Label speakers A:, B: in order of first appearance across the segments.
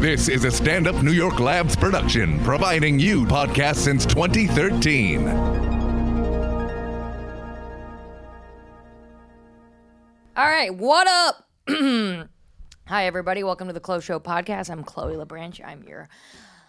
A: This is a stand up New York Labs production, providing you podcasts since 2013.
B: All right, what up? Hi, everybody. Welcome to the Chloe Show podcast. I'm Chloe LaBranche. I'm your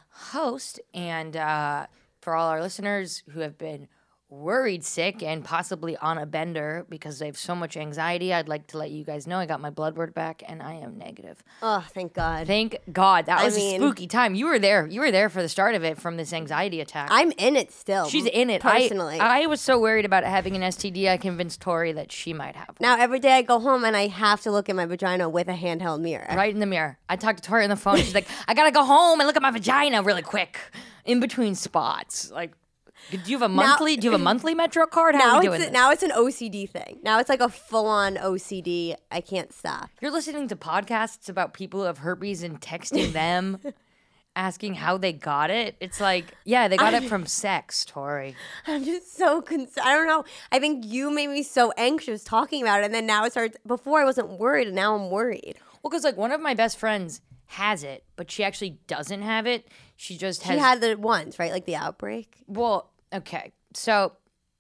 B: host. And uh, for all our listeners who have been worried sick and possibly on a bender because they have so much anxiety, I'd like to let you guys know I got my blood work back and I am negative.
C: Oh, thank God.
B: Thank God. That was
C: mean-
B: a spooky time. You were there. You were there for the start of it from this anxiety attack.
C: I'm in it still.
B: She's in it. I-
C: personally.
B: I, was so worried about having an STD. I convinced Tori that she might have one.
C: now every day I go home and I have to look at my vagina with a handheld mirror.
B: right in the mirror. I talked to Tori on the phone. She's like, I gotta go home and look at my vagina really quick in between spots. Like, do you have a monthly? do you have a monthly Metro card? How
C: Now
B: are we doing
C: it's
B: this?
C: now it's an OCD thing. Now it's like a full on OCD. I can't stop.
B: You're listening to podcasts about people who have herpes and texting them. Asking how they got it. It's like, yeah, they got it from sex, Tori.
C: I'm just so concerned. I don't know. I think you made me so anxious talking about it, and then now it starts. Before I wasn't worried, and now I'm worried.
B: Well, because like one of my best friends has it, but she actually doesn't have it. She just
C: She
B: has
C: had it once, right? Like the outbreak.
B: Well, okay. So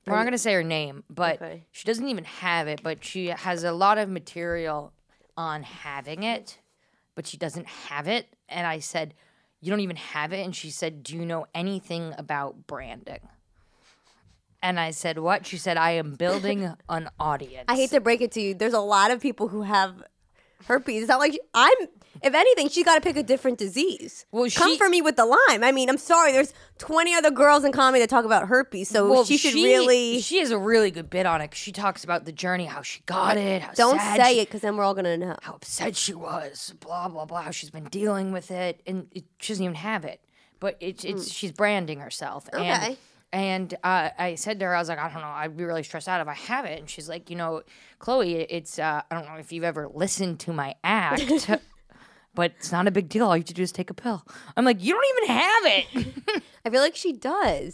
B: we're not going to say her name, but
C: Okay.
B: she doesn't even have it, but she has a lot of material on having it, but she doesn't have it. And I said, You don't even have it? And she said, Do you know anything about branding? And I said, What? She said, I am building an audience.
C: I hate to break it to you. There's a lot of people who have herpes. It's not like I'm. If anything, she got to pick a different disease.
B: Well,
C: come
B: she-
C: for me with the Lyme. I mean, I'm sorry. There's 20 other girls in comedy that talk about herpes, so
B: Well,
C: she should really
B: She has a really good bit on it. 'cause She talks about the journey, how she got it. How
C: don't
B: sad
C: say
B: she
C: it because then we're all gonna know.
B: how upset she was, blah blah blah. how She's been dealing with it, and it, she doesn't even have it. But it's it's she's branding herself. And,
C: Mm. Okay.
B: and uh, I said to her, I was like, I don't know, I'd be really stressed out if I have it. And she's like, you know, Chloe, it's uh, I don't know if you've ever listened to my act. But it's not a big deal. All you have to do is take a pill. I'm like, you don't even have it.
C: I feel like she does.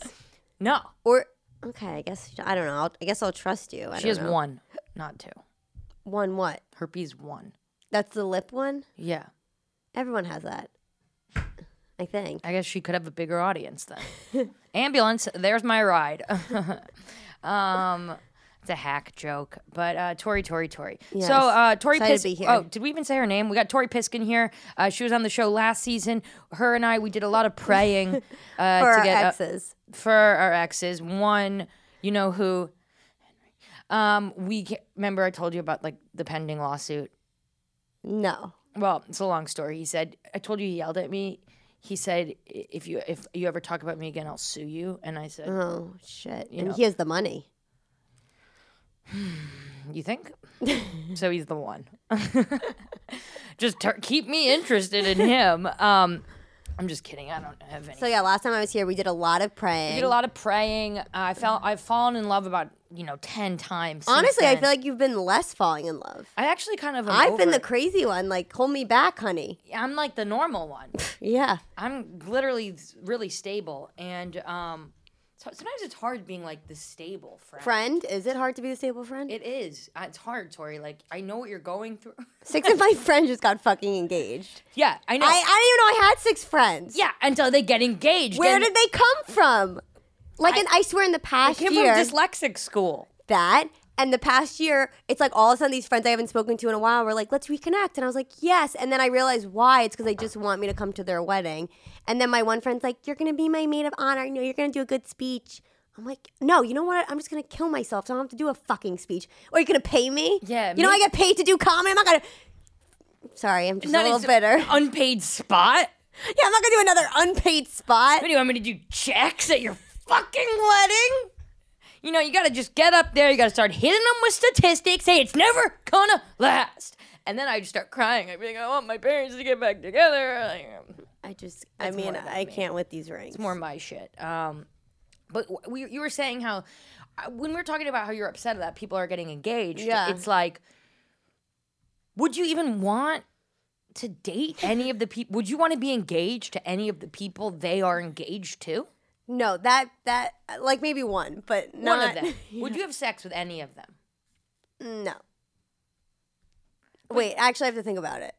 B: No,
C: Or okay, I guess I don't know. I'll, I guess I'll trust you. I
B: she has
C: don't know.
B: one, not two.
C: One what?
B: Herpes one.
C: That's the lip one.
B: Yeah,
C: Everyone has that. I think.
B: I guess she could have a bigger audience then. Ambulance, there's my ride. um, it's a hack joke, but uh, Tori, Tori, Tori.
C: Yes.
B: So uh, Tori
C: Excited
B: Pis-
C: to be here.
B: Oh, did we even say her name? We got Tori Piskin here. Uh, she was on the show last season. Her and I, we did a lot of praying uh,
C: For
B: to
C: our
B: get uh,
C: exes.
B: for our exes. One, you know who. Um, we ca- remember I told you about like the pending lawsuit.
C: No.
B: Well, it's a long story. He said, "I told you." He yelled at me. He said, "I- "If you if you ever talk about me again, I'll sue you." And I said,
C: Oh shit. And he has the money.
B: "You think?" so he's the one. just tur keep me interested in him. Um, I'm just kidding. I don't have any.
C: So yeah, last time I was here, we did a lot of praying.
B: I did a lot of praying. I felt I've fallen in love about you know ten times. since
C: Honestly, I
B: then.
C: feel like you've been less falling in love.
B: I actually kind of. am
C: I've been
B: over
C: the crazy one. Like, hold me back, honey.
B: it. I'm like the normal one.
C: Yeah.
B: I'm literally s- really stable, and um, so sometimes it's hard being like the stable friend.
C: Friend, is it hard to be a stable friend?
B: It is. Uh, It's hard, Tori. Like I know what you're going through.
C: six of my friends just got fucking engaged.
B: Yeah, I know.
C: I, I didn't even know I had six friends.
B: yeah, until they get engaged.
C: Where
B: and
C: did they come from? Like, I, I swear, in the past
B: came
C: year,
B: from dyslexic school?
C: that and the past year, it's like all of a sudden these friends I haven't spoken to in a while were like, let's reconnect. And I was like, yes. And then I realized why. It's because they just want me to come to their wedding. And then my one friend's like, you're going to be my maid of honor. You know, you're going to do a good speech. I'm like, no, you know what? I'm just going to kill myself. So I don't have to do a fucking speech. Or you're going to pay me?
B: Yeah,
C: You know, I
B: make-
C: get paid to do comedy. I'm not going to. Sorry, I'm just a little
B: it's
C: bitter.
B: Unpaid spot.
C: Yeah, I'm not going to do another unpaid spot.
B: What do you want me to do? Checks at your fucking wedding? You know, you gotta just get up there. You gotta start hitting them with statistics. Hey, it's never gonna last. And then I just start crying. I'd be like, I want my parents to get back together. Like, um,
C: I just, I mean,
B: more about me.
C: I can't with these rings.
B: more my shit. Um, but w- we, you were saying how uh, when we were talking about how you're upset that people are getting engaged,
C: Yeah.
B: it's like, would you even want to date any of the people? Would you want to be engaged to any of the people they are engaged to?
C: No, that, that, like maybe one, but not.
B: None of them. Would you have sex with any of them?
C: No. Wait, actually, I have to think about it.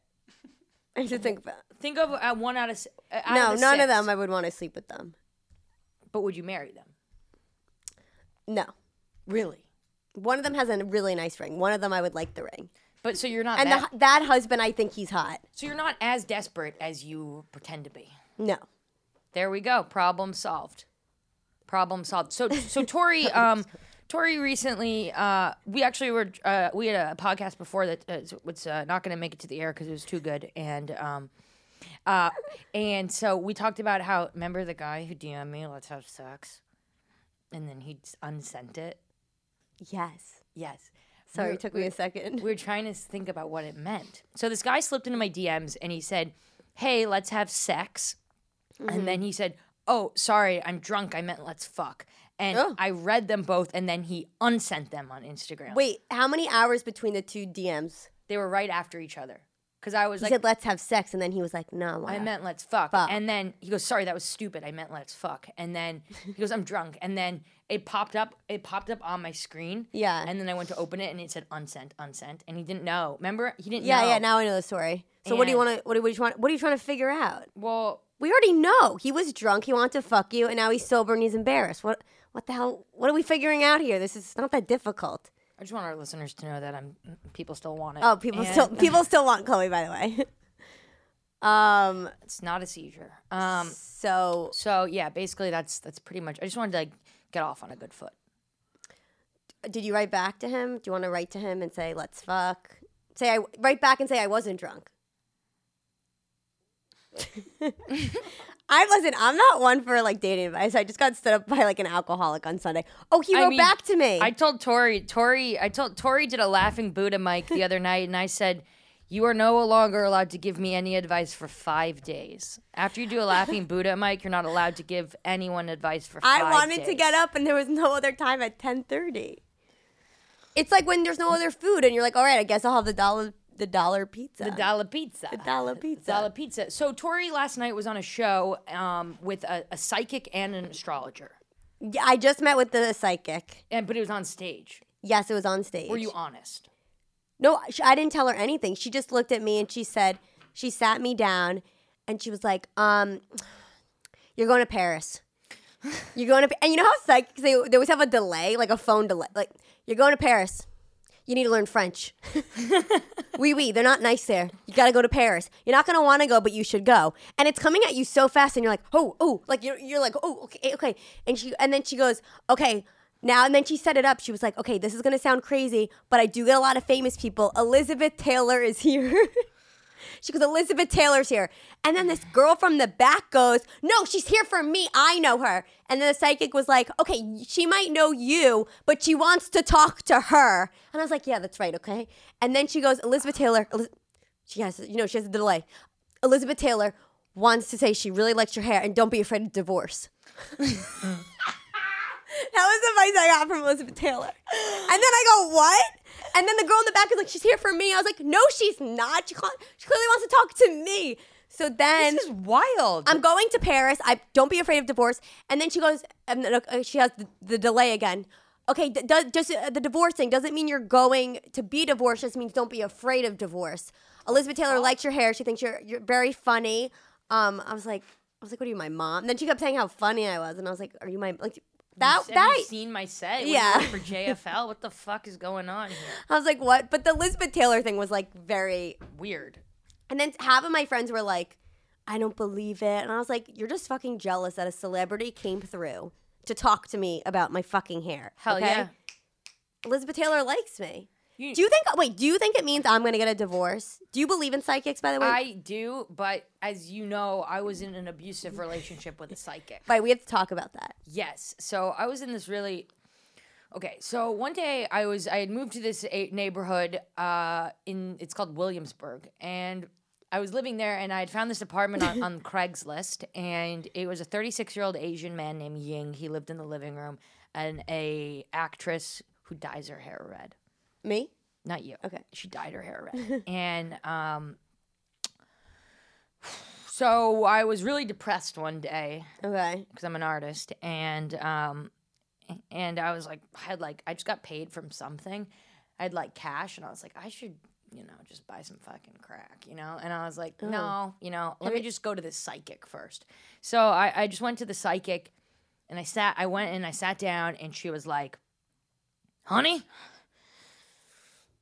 C: I should think about.
B: Think of uh, one out of s- uh, out
C: No,
B: of the
C: none
B: six,
C: of them. I would want to sleep with them.
B: But would you marry them?
C: No,
B: Really?
C: one of them has a really nice ring. One of them I would like the ring.
B: But so you're not
C: And
B: that,
C: the, that husband, I think he's hot.
B: so you're not as desperate as you pretend to be.
C: No,
B: There we go. Problem solved. Problem solved. So so Tori um Tori recently uh we actually were uh, we had a podcast before that uh, was uh, not going to make it to the air cuz it was too good and um uh and so we talked about how remember the guy who DM'd me let's have sex and then he unsent it.
C: yes.
B: Yes.
C: Sorry,
B: We're-
C: it took me a second.
B: we were trying to think about what it meant. So this guy slipped into my DMs and he said, "Hey, let's have sex,"
C: Mm-hmm.
B: and then he said, "Oh, sorry, I'm drunk. I meant let's fuck." And
C: Oh.
B: I read them both, and then he unsent them on Instagram.
C: Wait, how many hours between the two DMs?
B: they were right after each other because I was
C: He
B: like,
C: said, "Let's have sex," and then he was like, "No,
B: I
C: I
B: meant let's fuck.
C: Fuck.
B: And then he goes, sorry, that was stupid. I meant let's fuck. And then he goes, I'm drunk. And then it popped up. It popped up on my screen.
C: Yeah.
B: And then I went to open it, and it said unsent, unsent. And he didn't know. Remember, he didn't.
C: Yeah,
B: know.
C: yeah. Now I know the story. So what do you
B: And-
C: want to? What do what do you want? What are you trying to figure out?
B: Well,
C: We already know he was drunk. He wanted to fuck you, and now he's sober and he's embarrassed. What? What the hell? What are we figuring out here? This is not that difficult.
B: I just want our listeners to know that I'm people still want it.
C: Oh, people
B: And
C: still people still want Chloe, by the way. um.
B: It's not a seizure. Um.
C: So
B: So yeah, basically that's that's pretty much. I just wanted to like, get off on a good foot.
C: did you write back to him? Do you want to write to him and say, "Let's fuck"? Say I write back and say I wasn't drunk. I listen. I'm not one for like dating advice. I just got stood up by like an alcoholic on Sunday. Oh, he
B: I
C: wrote
B: mean,
C: back to me.
B: I told Tori, Tori, I told Tori did a laughing Buddha mic the other night, and I said, "You are no longer allowed to give me any advice for five days. After you do a laughing Buddha mic, you're not allowed to give anyone advice for." five
C: I wanted to
B: days.
C: get up and there was no other time at 10:30. It's like when there's no other food and you're like, "All right, I guess I'll have the dollar the dollar pizza."
B: the dollar pizza. The
C: dollar pizza.
B: Dollar pizza. So Tori last night was on a show um, with a, a psychic and an astrologer,
C: Yeah, I just met with the psychic.
B: and but it was on stage.
C: Yes, it was on stage.
B: Were you honest?
C: No, sh- I didn't tell her anything. She just looked at me and she said, she sat me down and she was like, um, you're going to Paris. You're going to, Pa-" and you know how psychics, they, they always have a delay, like a phone delay. Like, you're going to Paris. You need to learn French. Wee wee, they're not nice there. You gotta go to Paris. You're not gonna wanna go, but you should go. And it's coming at you so fast, and you're like, oh, oh, like you're, you're like, oh, okay, okay. And she, and then she goes, okay, now, and then she set it up. She was like, okay, this is gonna sound crazy, but I do get a lot of famous people. Elizabeth Taylor is here. she goes, Elizabeth Taylor's here. And then this girl from the back goes, no, she's here for me. I know her. And then the psychic was like, okay, she might know you, but she wants to talk to her. And I was like, yeah, that's right, okay. And then she goes, Elizabeth Taylor, Eliz- she has, you know, she has a delay. Elizabeth Taylor wants to say she really likes your hair and don't be afraid of divorce. That was the advice I got from Elizabeth Taylor. And then I go, what? And then the girl in the back is like, she's here for me. I was like, no, she's not. She, cla- she clearly wants to talk to me. So then
B: This is wild.
C: I'm going to Paris. I don't be afraid of divorce. And then she goes, and then, uh, she has the, the delay again. Okay, d- does, just uh, the divorcing doesn't mean you're going to be divorced. Just means don't be afraid of divorce. Elizabeth Taylor likes your hair. She thinks you're you're very funny. Um, I was like, I was like, what are you, my mom? And then she kept saying how funny I was, and I was like, are you my like that
B: Have
C: that
B: you seen my set? When you
C: Yeah.
B: work For JFL, what the fuck is going on here?
C: I was like, what? But the Elizabeth Taylor thing was like very.
B: Weird.
C: And then half of my friends were like, I don't believe it. And I was like, you're just fucking jealous that a celebrity came through to talk to me about my fucking hair.
B: Hell
C: okay?
B: yeah.
C: Elizabeth Taylor likes me.
B: You-
C: do you think, wait, do you think it means I'm going to get a divorce? Do you believe in psychics, by the way?
B: I do, but as you know, I was in an abusive relationship with a psychic.
C: Wait, we have to talk about that.
B: Yes. So I was in this really. Okay, so one day I was I had moved to this a- neighborhood uh, in it's called Williamsburg, and I was living there, and I had found this apartment on, on Craigslist, and it was a 36 year old Asian man named Ying. He lived in the living room, and a actress who dyes her hair red
C: Me?
B: not you.
C: Okay.
B: She dyed her hair red. and um so I was really depressed one day
C: Okay.
B: because I'm an artist and um and I was like I had like I just got paid from something. I had like cash and I was like I should you know, just buy some fucking crack, you know? And I was like, no, you know, let me just go to the psychic first. So I, I just went to the psychic and I sat, I went and I sat down and she was like, honey,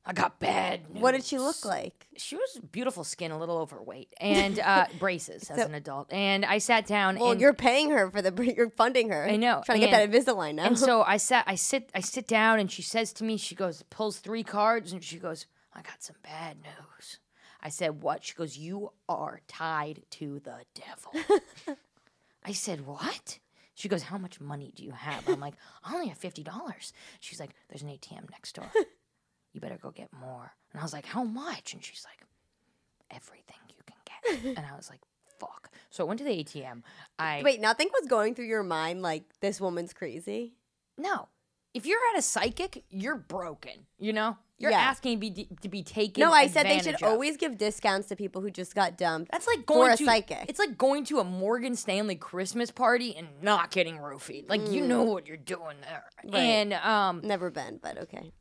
B: I got bad news.
C: What did she look like?
B: She was beautiful skin, a little overweight, and uh, braces as an adult. And I sat down.
C: Well,
B: and,
C: you're paying her for the. br- You're funding her. I
B: know,
C: Trying to get
B: and-
C: that Invisalign now.
B: And so I sat, I sit, I sit down, and she says to me, she goes, pulls three cards, and she goes, "I got some bad news." I said, "What?" She goes, "You are tied to the devil." I said, "What?" She goes, "How much money do you have?" I'm like, "I only have fifty dollars." She's like, "There's an ATM next door. You better go get more." And I was like, "How much?" And she's like, "Everything you can get." And I was like, "Fuck!" So I went to the ATM. I
C: Wait, nothing was going through your mind like this woman's crazy.
B: No. If you're at a psychic, you're broken. You know, you're
C: Yeah.
B: asking to be, to be taken.
C: No, I said they should
B: advantage of.
C: always give discounts to people who just got dumped.
B: That's like going
C: a
B: to
C: psychic.
B: It's like going to a Morgan Stanley Christmas party and not getting roofied. Like you
C: Mm.
B: know what you're doing there, and um,
C: Never been, but okay.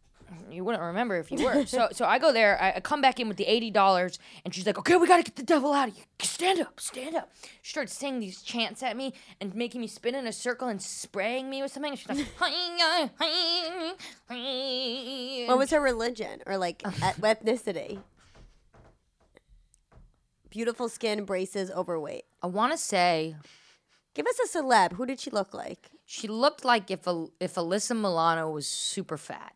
B: you wouldn't remember if you were. so, so I go there. I, I come back in with the eighty dollars, and she's like, "Okay, we gotta get the devil out of you. Stand up, stand up." She starts saying these chants at me and making me spin in a circle and spraying me with something. And she's like,
C: What was her religion or like e- ethnicity? Beautiful skin, braces, overweight.
B: I want to say
C: Give us a celeb. Who did she look like?
B: she looked like if Al- if Alyssa Milano was super fat.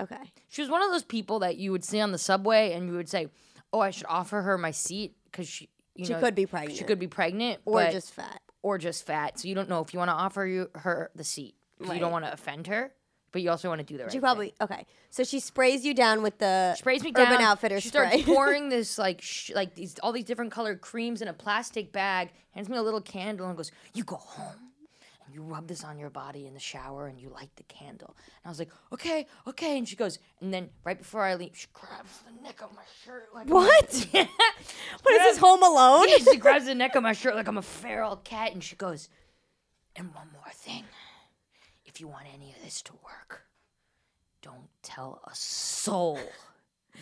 C: Okay.
B: She was one of those people that you would see on the subway and you would say, "Oh, I should offer her my seat because she you
C: She
B: know,
C: could be
B: she
C: pregnant.
B: could be pregnant
C: Or
B: but-
C: just fat.
B: or just fat." So you don't know if you want to offer you, her the seat. 'cause You don't want to offend her, but you also want to do the right.
C: She probably okay. So she sprays you down with the
B: thing. sprays me down.
C: Urban Outfitter
B: she
C: spray.
B: starts pouring this like sh- like these all these different colored creams in a plastic bag. Hands me a little candle and goes, "You go home." and you rub this on your body in the shower and you light the candle. And I was like, okay, okay. And she goes, and then right before I leave, she grabs the neck of my shirt. Like what? yeah.
C: what is this Home Alone?
B: she grabs the neck of my shirt like I'm a feral cat and she goes, and one more thing. If you want any of this to work, don't tell a soul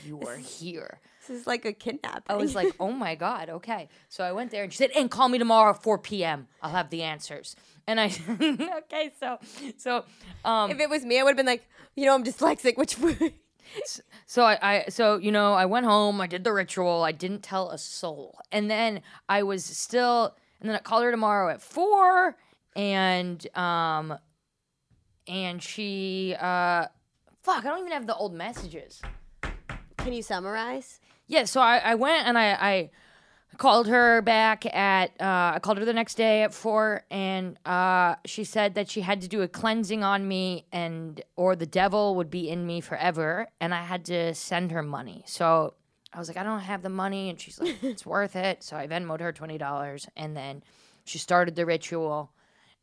B: you are here.
C: This is like a kidnapping.
B: I was like, oh my God, okay. So I went there and she said, and call me tomorrow at 4 p.m. I'll have the answers. And I, okay, so, so, um,
C: if it was me, I would have been like, you know, I'm dyslexic. Which
B: so I, I, so, you know, I went home, I did the ritual, I didn't tell a soul. And then I was still, and then I called her tomorrow at 4 and, um, and she, uh, fuck, I don't even have the old messages.
C: can you summarize?
B: Yeah, so I, I went and I, I called her back at uh, I called her the next day at four, and uh, she said that she had to do a cleansing on me, and or the devil would be in me forever, and I had to send her money. So I was like, I don't have the money, and she's like, it's worth it. So I Venmoed her twenty dollars, and then she started the ritual.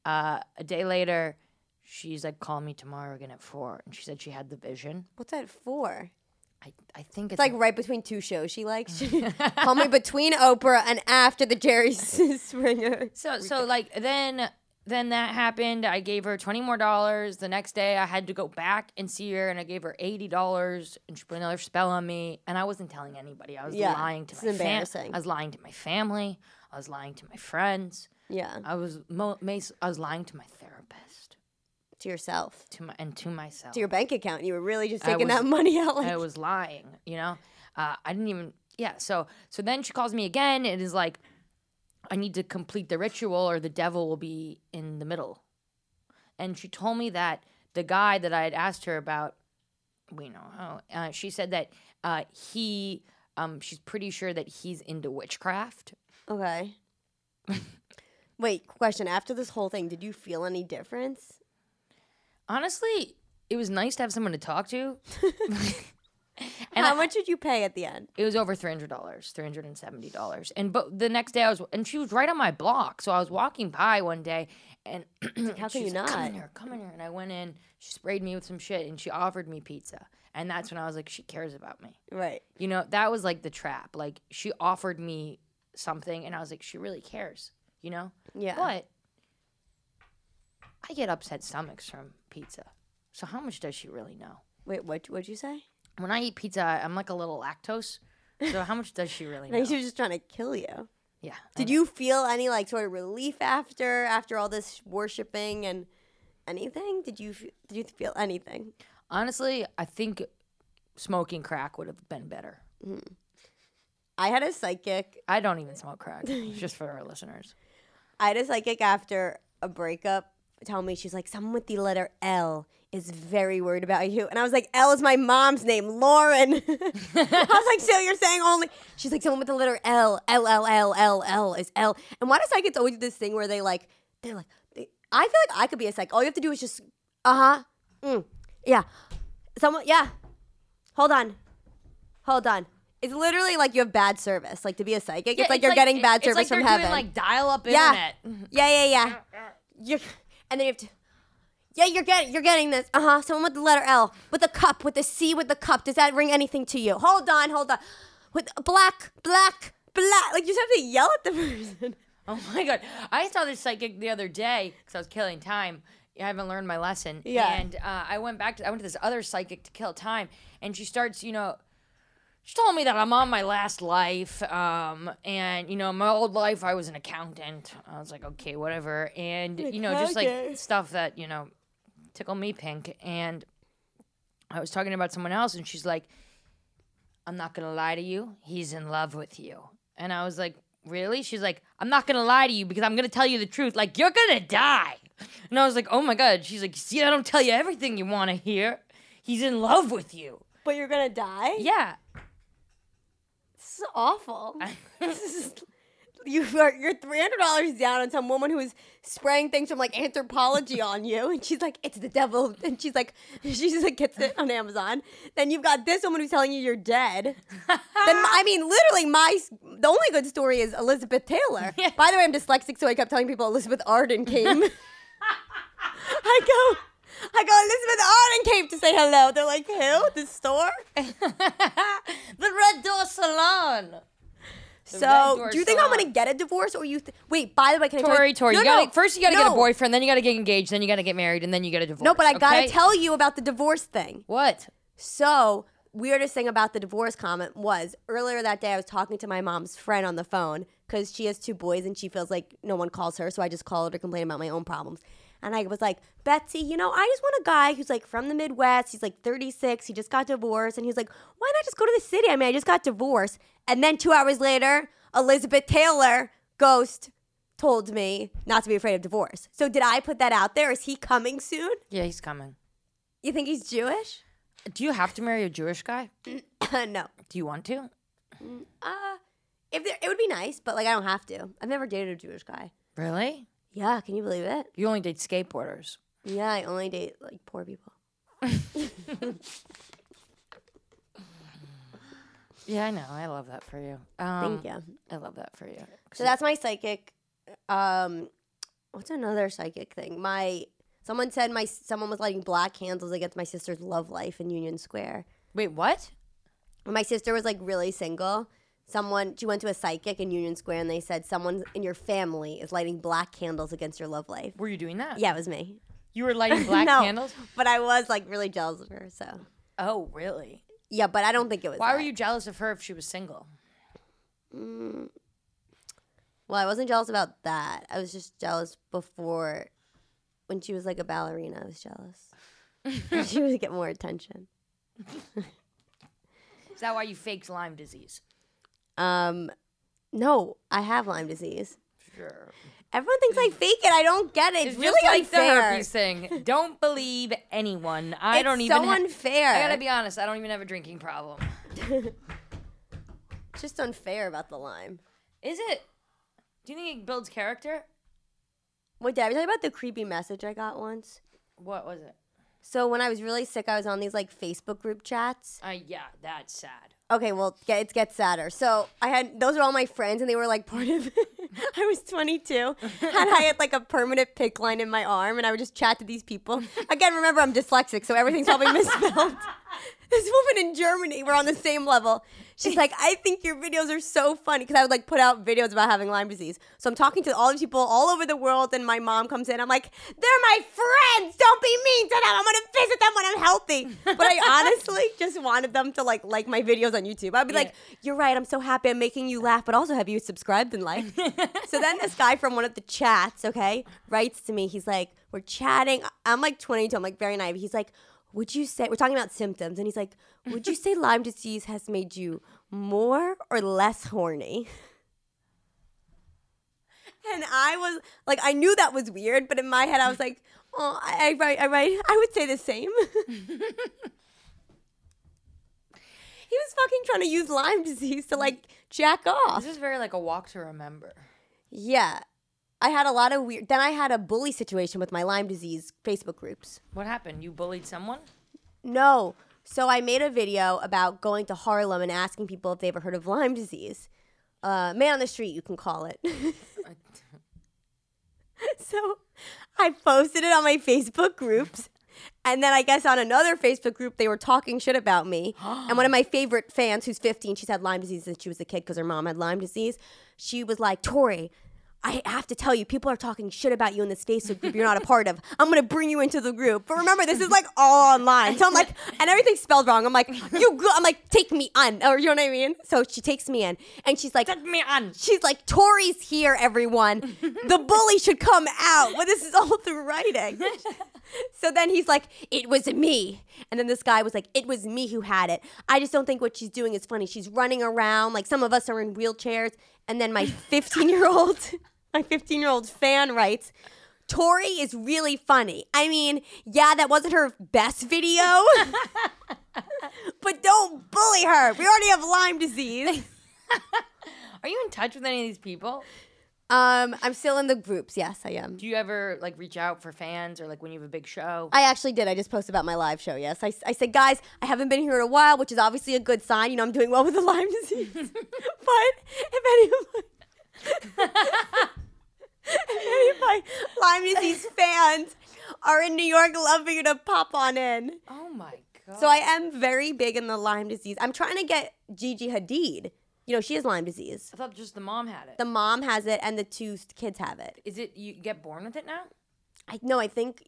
B: Uh, a day later, she's like, call me tomorrow again at four, and she said she had the vision.
C: What's that for?
B: I, I think it's
C: It's like right between two shows she likes. Call me between Oprah and after the Jerry S- Springer.
B: So so like then then that happened. I gave her twenty more dollars. The next day I had to go back and see her and I gave her eighty dollars and she put another spell on me and I wasn't telling anybody. I was
C: Yeah,
B: lying to
C: it's
B: my fam-
C: embarrassing.
B: I was lying to my family. I was lying to my friends.
C: Yeah,
B: I was mo- mas- I was lying to my therapist,
C: to yourself,
B: to my and to myself.
C: to your bank account. You were really just
B: I
C: taking
B: was-
C: that money out. Like,
B: I was lying, you know? Uh, I didn't even, yeah. So, so then she calls me again and is like, I need to complete the ritual or the devil will be in the middle. And she told me that the guy that I had asked her about, we know how, uh, she said that uh, he, um, she's pretty sure that he's into witchcraft.
C: okay. Wait, question. After this whole thing, did you feel any difference?
B: Honestly, it was nice to have someone to talk to.
C: And how much did you pay at the end?
B: It was over three hundred dollars, three hundred and seventy dollars. And but the next day I was, and she was right on my block. So I was walking by one day, and
C: How
B: she
C: can you
B: was
C: not?
B: come in here, come in here. And I went in. She sprayed me with some shit, and she offered me pizza. And that's when I was like, she cares about me.
C: Right.
B: You know, that was like the trap. Like she offered me something, and I was like, she really cares. You know.
C: Yeah.
B: But I get upset stomachs from pizza. So how much does she really know?
C: Wait, what? What'd you say?
B: when I eat pizza, I'm like a little lactose. So how much does she really
C: And
B: know?
C: she was just trying to kill you.
B: Yeah. I
C: Did you feel any like sort of relief after after all this worshiping and anything? Did you f- did you feel anything?
B: Honestly, I think smoking crack would have been better.
C: I had a psychic.
B: I don't even smoke crack, just for our listeners.
C: I had a psychic after a breakup tell me she's like someone with the letter L is very worried about you, and I was like L is my mom's name, Lauren. I was like, so you're saying only? She's like someone with the letter L, L L L L L is L. And why do psychics always do this thing where they like they're like they, I feel like I could be a psychic. All you have to do is just uh huh, mm, yeah, someone yeah. Hold on, hold on. It's literally like you have bad service. Like to be a psychic, it's, like you're getting bad service
B: it's like
C: from
B: they're
C: heaven.
B: Doing, like dial up
C: Yeah.
B: internet.
C: Yeah, yeah, yeah. You're, and then you have to. Yeah, you're getting you're getting this. Uh huh. Someone with the letter L, with the cup, with the C, with the cup. Does that ring anything to you? Hold on, hold on. With black, black, black. Like you just have to yell at the person.
B: Oh my god! I saw this psychic the other day because I was killing time. I haven't learned my lesson.
C: Yeah.
B: And uh, I went back to I went to this other psychic to kill time, and she starts, you know, she told me that I'm on my last life. Um, and you know, my old life I was an accountant. I was like, okay, whatever. And you know, just like
C: Accountant.
B: stuff that you know, tickle me pink. And I was talking about someone else, and she's like, I'm not gonna lie to you, he's in love with you. And I was like, Really? She's like, I'm not gonna lie to you because I'm gonna tell you the truth. Like, you're gonna die. And I was like, Oh my god. She's like, See, I don't tell you everything you wanna hear. He's in love with you.
C: But you're gonna die.
B: Yeah.
C: This is awful. this is. You are, you're three hundred dollars down on some woman who is spraying things from like anthropology on you, and she's like, "It's the devil," and she's like, she's like gets it on Amazon. Then you've got this woman who's telling you you're dead. then my- I mean, literally, my s- the only good story is Elizabeth Taylor.
B: Yeah.
C: By the way, I'm dyslexic, so I kept telling people Elizabeth Arden came. I go. I go, Elizabeth Arden came to say hello. They're like, who? The store?
B: the Red Door Salon. red
C: So,
B: door
C: do you think I'm
B: salon.
C: gonna get a divorce, or you? Th- Wait, by the way, can I? tell
B: Tori, Tori,
C: No,
B: you gotta
C: no,
B: first you gotta get a
C: no.
B: boyfriend, then you gotta get engaged, then you gotta get married, and then you get a divorce.
C: No, but I gotta
B: okay?
C: tell you about the divorce thing.
B: What?
C: So, weirdest thing about the divorce comment was earlier that day I was talking to my mom's friend on the phone because she has two boys and she feels like no one calls her. So I just called her, complain about my own problems. And I was like, Betsy, you know, I just want a guy who's like from the Midwest. He's like 36. He just got divorced. And he's like, why not just go to the city? I mean, I just got divorced. And then two hours later, Elizabeth Taylor, ghost, told me not to be afraid of divorce. So did I put that out there? Is he coming soon?
B: Yeah, he's coming.
C: You think he's Jewish?
B: Do you have to marry a Jewish guy?
C: no.
B: Do you want to?
C: Uh, if there, it would be nice, but like I don't have to. I've never dated a Jewish guy.
B: Really?
C: Yeah, can you believe it?
B: You only date skateboarders.
C: Yeah, I only date like poor people.
B: Yeah, I know. I love that for you.
C: Thank
B: Um,
C: you.
B: I love that for you.
C: So that's my psychic. Um, what's another psychic thing? My someone said my someone was lighting black candles against my sister's love life in Union Square.
B: Wait, what?
C: When my sister was like really single. Someone she went to a psychic in Union Square and they said someone in your family is lighting black candles against your love life.
B: Were you doing that?
C: Yeah, it was me.
B: You were lighting black
C: No,
B: candles?
C: but I was like really jealous of her. So
B: Oh, really?
C: yeah, but I don't think it was.
B: Why were
C: that.
B: you jealous of her if she was single?
C: Well, I wasn't jealous about that. I was just jealous before when she was like a ballerina. I was jealous. she would get more attention.
B: Is that why you faked Lyme disease?
C: Um, no, I have Lyme disease.
B: Sure.
C: Everyone thinks I fake it. I don't get it. It's,
B: It's
C: really
B: just like the
C: unfair.
B: herpes thing. Don't believe anyone. I
C: it's
B: don't even.
C: so
B: ha-
C: unfair.
B: I gotta be honest. I don't even have a drinking problem.
C: It's just unfair about the Lyme.
B: Is it? Do you think it builds character?
C: Wait, did I tell you about the creepy message I got once?
B: What was it?
C: So when I was really sick, I was on these like Facebook group chats,
B: Uh, yeah, that's sad.
C: Okay, well, get- it gets sadder. So I had those are all my friends, and they were like part of. I was 22, and I had like a permanent pick line in my arm, and I would just chat to these people. Again, remember I'm dyslexic, so everything's probably misspelled. this woman in Germany, we're on the same level. She's like, I think your videos are so funny because I would like put out videos about having Lyme disease. So I'm talking to all the people all over the world, and my mom comes in. I'm like, they're my friends. Don't be mean to them. I'm gonna visit them when I'm healthy. But I honestly just wanted them to like like my videos on YouTube. I'd be like, you're right. I'm so happy. I'm making you laugh, but also have you subscribed and liked? so then this guy from one of the chats, okay, writes to me. He's like, we're chatting. I'm like 22. I'm like very naive. He's like would you say we're talking about symptoms and he's like would you say lyme disease has made you more or less horny and i was like i knew that was weird but in my head i was like oh i, I write i write i would say the same he was fucking trying to use lyme disease to like jack off
B: This is very like a walk to remember.
C: yeah i had a lot of weird then i had a bully situation with my lyme disease facebook groups
B: What happened? You bullied someone?
C: No. So I made a video about going to Harlem and asking people if they ever heard of Lyme disease. Uh, man on the street, you can call it. so I posted it on my Facebook groups. And then I guess on another Facebook group, they were talking shit about me. and one of my favorite fans, who's 15, she's had Lyme disease since she was a kid because her mom had Lyme disease. She was like, Tori, I have to tell you, people are talking shit about you in this Facebook group you're not a part of. I'm gonna bring you into the group. But remember, this is like all online. So I'm like, and everything's spelled wrong. I'm like, you go, I'm like, take me on, or you know what I mean? So she takes me in, and she's like,
B: Take me on.
C: She's like, Tori's here, everyone. The bully should come out. Well, this is all through writing. so then he's like, It was me. And then this guy was like, It was me who had it. I just don't think what she's doing is funny. She's running around. Like some of us are in wheelchairs. And then my 15 year old, my 15 year old fan writes, Tori is really funny. I mean, yeah, that wasn't her best video. but don't bully her. We already have Lyme disease.
B: Are you in touch with any of these people?
C: Um, I'm still in the groups. Yes, I am.
B: Do you ever like reach out for fans or like when you have a big show?
C: I actually did. I just posted about my live show. Yes, I, I said, guys, I haven't been here in a while, which is obviously a good sign. You know, I'm doing well with the Lyme disease. but if any of my if any of my Lyme disease fans are in New York, love for you to pop on in.
B: oh my god.
C: So I am very big in the Lyme disease. I'm trying to get Gigi Hadid. You know, she has Lyme disease.
B: I thought just the mom had it.
C: The mom has it, and the two kids have it.
B: Is it you get born with it now?
C: I no, I think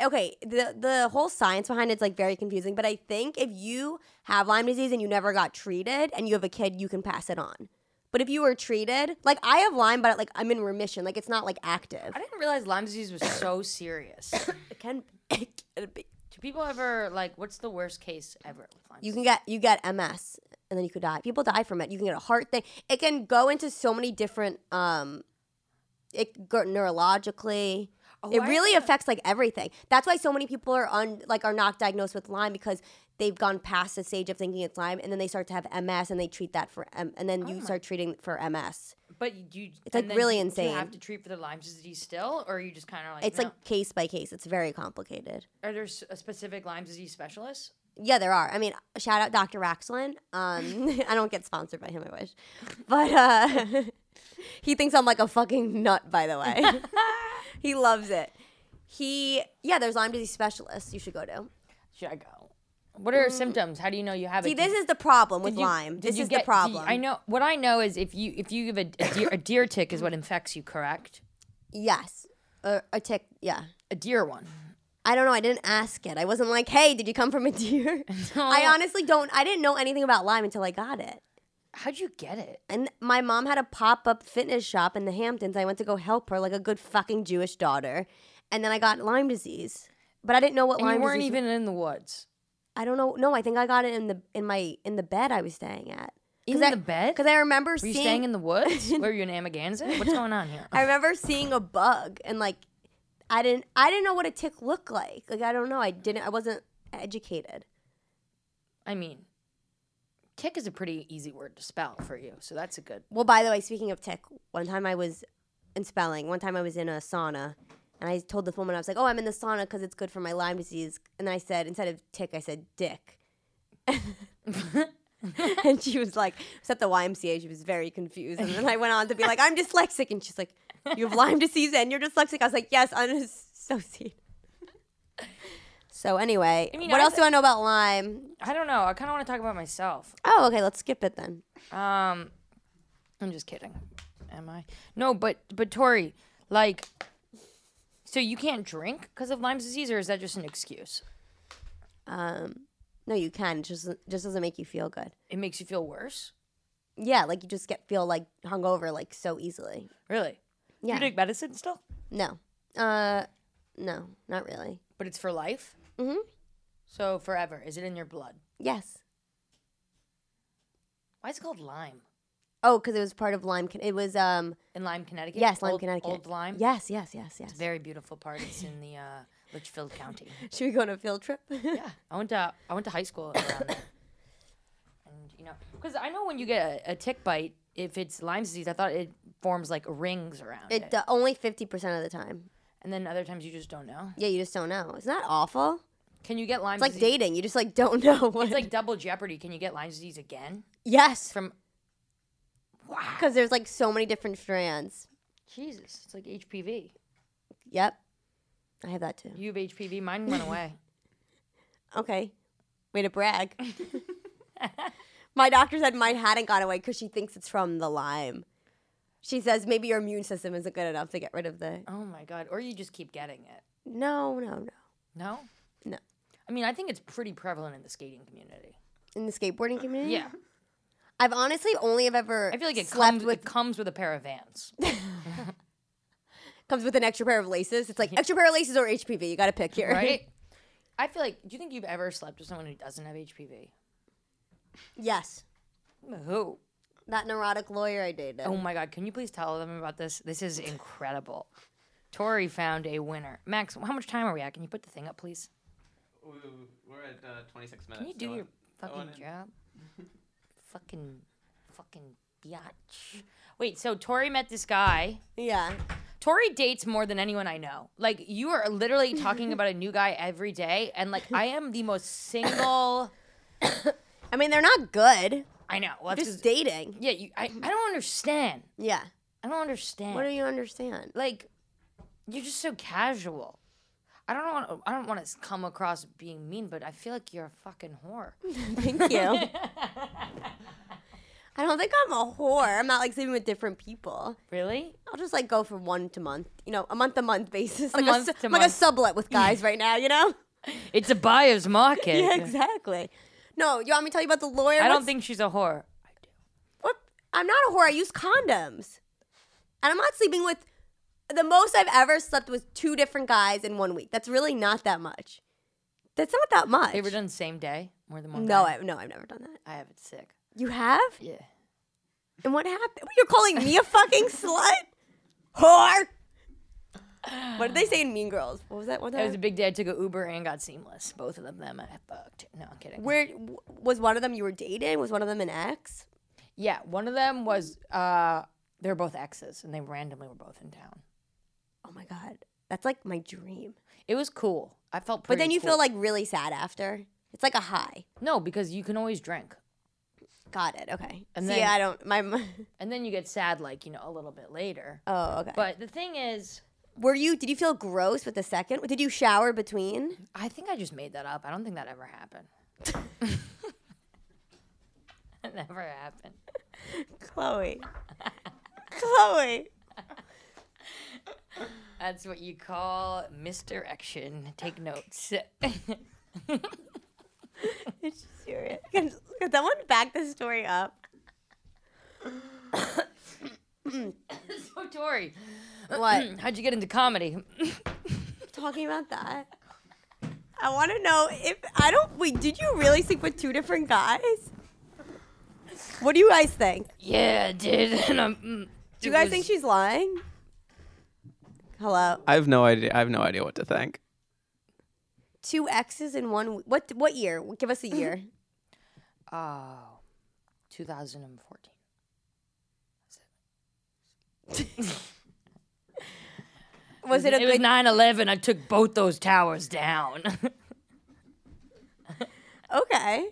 C: okay, the the whole science behind it's like very confusing, but I think if you have Lyme disease and you never got treated and you have a kid, you can pass it on. But if you were treated, like I have Lyme, but like I'm in remission, like it's not like active.
B: I didn't realize Lyme disease was so serious.
C: It can, it can be.
B: Do people ever like what's the worst case ever with Lyme?
C: You can get you get MS and then you could die. People die from it. You can get a heart thing. It can go into so many different um it could go neurologically. it
B: I
C: really affects like everything. That's why so many people are on like are not diagnosed with Lyme because they've gone past the stage of thinking it's Lyme and then they start to have MS and they treat that for M- and then you start treating for MS.
B: But you it's
C: like, really
B: Do you have
C: insane.
B: to treat for the Lyme disease still, or are you just kind of like
C: It's
B: no?
C: like case by case. It's very complicated.
B: are there s- a specific Lyme disease specialist?
C: Yeah, there are. I mean, shout out Dr. Raxlin. Um, I don't get sponsored by him. I wish, but uh, he thinks I'm like a fucking nut. By the way, he loves it. He yeah, there's Lyme disease specialists you should go to.
B: Should I go? What are symptoms? How do you know you have
C: Mm. See,
B: it?
C: this is the problem with
B: Did you-
C: Lyme.
B: did
C: This
B: you
C: is
B: get-
C: the
B: did you-
C: problem.
B: I know what I know is if you if you give a, a deer a deer tick is what infects you, correct?
C: Yes, a, a tick. Yeah.
B: A deer one.
C: I don't know. I didn't ask it. I wasn't like, "Hey, did you come from a deer?" I honestly don't. I didn't know anything about Lyme until I got it.
B: How'd you get it?
C: And my mom had a pop up fitness shop in the Hamptons. I went to go help her, like a good fucking Jewish daughter. And then I got Lyme disease, but I didn't know what
B: And
C: Lyme
B: you weren't
C: disease.
B: even in the woods.
C: I don't know. No, I think I got it in the in my in the bed I was staying at.
B: In the bed?
C: Because I remember
B: Were you
C: seeing.
B: staying in the woods? Were you in Amagansett? What's going on here?
C: I remember seeing a bug and like, I didn't I didn't know what a tick looked like. Like I don't know. I didn't. I wasn't educated.
B: I mean, tick is a pretty easy word to spell for you, so that's a good.
C: Well, by the way, speaking of tick, one time I was in spelling. One time I was in a sauna, and I told this woman I was like, "Oh, I'm in the sauna because it's good for my Lyme disease." And I said instead of tick, I said dick. and she was like, "It was at the YMCA." She was very confused, and then I went on to be like, "I'm dyslexic," and she's like, "You have Lyme disease and you're dyslexic." I was like, "Yes, unassociated." So anyway,
B: mean,
C: what
B: I
C: else
B: th-
C: do I know about Lyme?
B: I don't know. I kind of want to talk about myself.
C: Oh, okay, let's skip it then.
B: Um, I'm just kidding. Am I? No, but but Tori, like, so you can't drink because of Lyme's disease, or is that just an excuse?
C: Um, no, you can. It just just doesn't make you feel good.
B: It makes you feel worse.
C: Yeah, like you just get feel like hungover like so easily.
B: Really?
C: Yeah.
B: You take medicine still,
C: No. Uh, no, not really.
B: but it's for life.
C: Mhm.
B: So forever. Is it in your blood?
C: Yes.
B: Why is it called Lyme?
C: Oh, because it was part of Lyme. Con- It was um.
B: In Lyme, Connecticut.
C: Yes, Lyme,
B: old,
C: Connecticut.
B: Old Lyme.
C: Yes, yes, yes, yes.
B: Very beautiful part. It's in the uh, Litchfield County.
C: Should we go on a field trip?
B: yeah, I went to I went to high school around there. and you know, because I know when you get a, a tick bite, if it's Lyme disease, I thought it forms like rings around it,
C: it do- only fifty percent of the time.
B: and then other times you just don't know.
C: Yeah, you just don't know. It's not awful.
B: Can you get Lyme?
C: It's like
B: disease?
C: dating. You just like don't know what.
B: It's like double jeopardy. Can you get Lyme disease again
C: yes,
B: from? Wow,
C: because there's like so many different strands.
B: Jesus, it's like HPV.
C: Yep, I have that too.
B: You have HPV. Mine went away.
C: Okay, way to brag. My doctor said mine hadn't gone away because she thinks it's from the Lyme. She says maybe your immune system isn't good enough to get rid of the.
B: oh my god! Or you just keep getting it.
C: No, no, no.
B: No.
C: No.
B: I mean, I think it's pretty prevalent in the skating community.
C: In the skateboarding community.
B: Yeah,
C: I've honestly only have ever
B: I feel like it
C: slept
B: comes.
C: with
B: It comes with a pair of Vans.
C: comes with an extra pair of laces. It's like extra pair of laces or HPV. You got to pick here.
B: right? I feel like. Do you think you've ever slept with someone who doesn't have HPV?
C: yes,
B: Who?
C: that neurotic lawyer I dated.
B: Oh my God! Can you please tell them about this? This is incredible. Tori found a winner. Max, how much time are we at? Can you put the thing up, please?
D: Ooh, we're at uh, 26 minutes.
B: Can you do
D: so
B: your
D: I
B: fucking
D: wanna-
B: job? fucking, fucking biatch. Wait. So Tori met this guy.
C: Yeah.
B: Tori dates more than anyone I know. Like you are literally talking about a new guy every day, and like I am the most single.
C: I mean, they're not good.
B: I know. Well, that's
C: Just
B: 'cause-
C: dating.
B: yeah, you, I, I don't understand.
C: Yeah.
B: I don't understand.
C: What do you understand?
B: like? You're just so casual. I don't want. I don't want to come across being mean, but I feel like you're a fucking whore.
C: Thank you. I don't think I'm a whore. I'm not like sleeping with different people.
B: Really?
C: I'll just like go for one to month, you know, a month to month basis. like
B: month
C: a, su-
B: to
C: I'm like a
B: month.
C: sublet with guys right now, you know?
B: It's a buyer's market.
C: Yeah, exactly. No, you want me to tell you about the lawyer?
B: I don't
C: What's-
B: think she's a whore.
C: What? I'm not a whore. I use condoms, and I'm not sleeping with. The most I've ever slept was two different guys in one week. That's really not that much. That's not that much.
B: They were done same day, more than one.
C: No,
B: guy?
C: I, no, I've never done that.
B: I have it sick.
C: You have?
B: Yeah.
C: And what happened? What, you're calling me a fucking slut, whore. What did they say in Mean Girls? What was that one
B: It was
C: time?
B: a big day. I took an Uber and got seamless. Both of them, them I fucked. No, I'm kidding.
C: Where w- was one of them you were dating? Was one of them an ex?
B: Yeah, one of them was uh they were both exes and they randomly were both in town.
C: Oh my god, that's like my dream.
B: It was cool. I felt
C: But
B: pretty
C: then you
B: cool.
C: feel like really sad after. It's like a high.
B: No, because you can always drink.
C: Got it. Okay.
B: And
C: See,
B: then-
C: I don't. My.
B: And then you get sad like, you know, a little bit later.
C: Oh, okay.
B: But the thing is,
C: Were you? Did you feel gross with the second? Did you shower between?
B: I think I just made that up. I don't think that ever happened. it never happened.
C: Chloe. Chloe.
B: That's what you call misdirection. Take notes.
C: It's serious. Can, can someone back this story up?
B: so Tori,
C: What?
B: how'd you get into comedy?
C: Talking about that. I want to know if I don't. Wait, did you really sleep with two different guys? What do you guys think?
B: yeah, I did. And I'm, mm,
C: Do
B: it
C: you guys
B: was-
C: think she's lying? Hello.
D: I have no idea. I have no idea what to think.
C: Two exes in one. w- What? What year? Give us a year.
B: Oh, 2014.
C: Was it a
B: It was
C: good?
B: 9 11. I took both those towers down.
C: okay.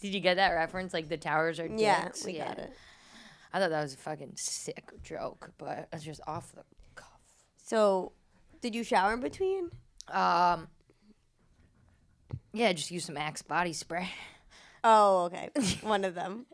B: Did you get that reference? Like the towers are
C: Yeah,
B: dicks?
C: we got it.
B: I thought that was a fucking sick joke, but it's just off the cuff.
C: So, did you shower in between?
B: Um, Yeah, just use some Axe body spray.
C: Oh, okay. One of them.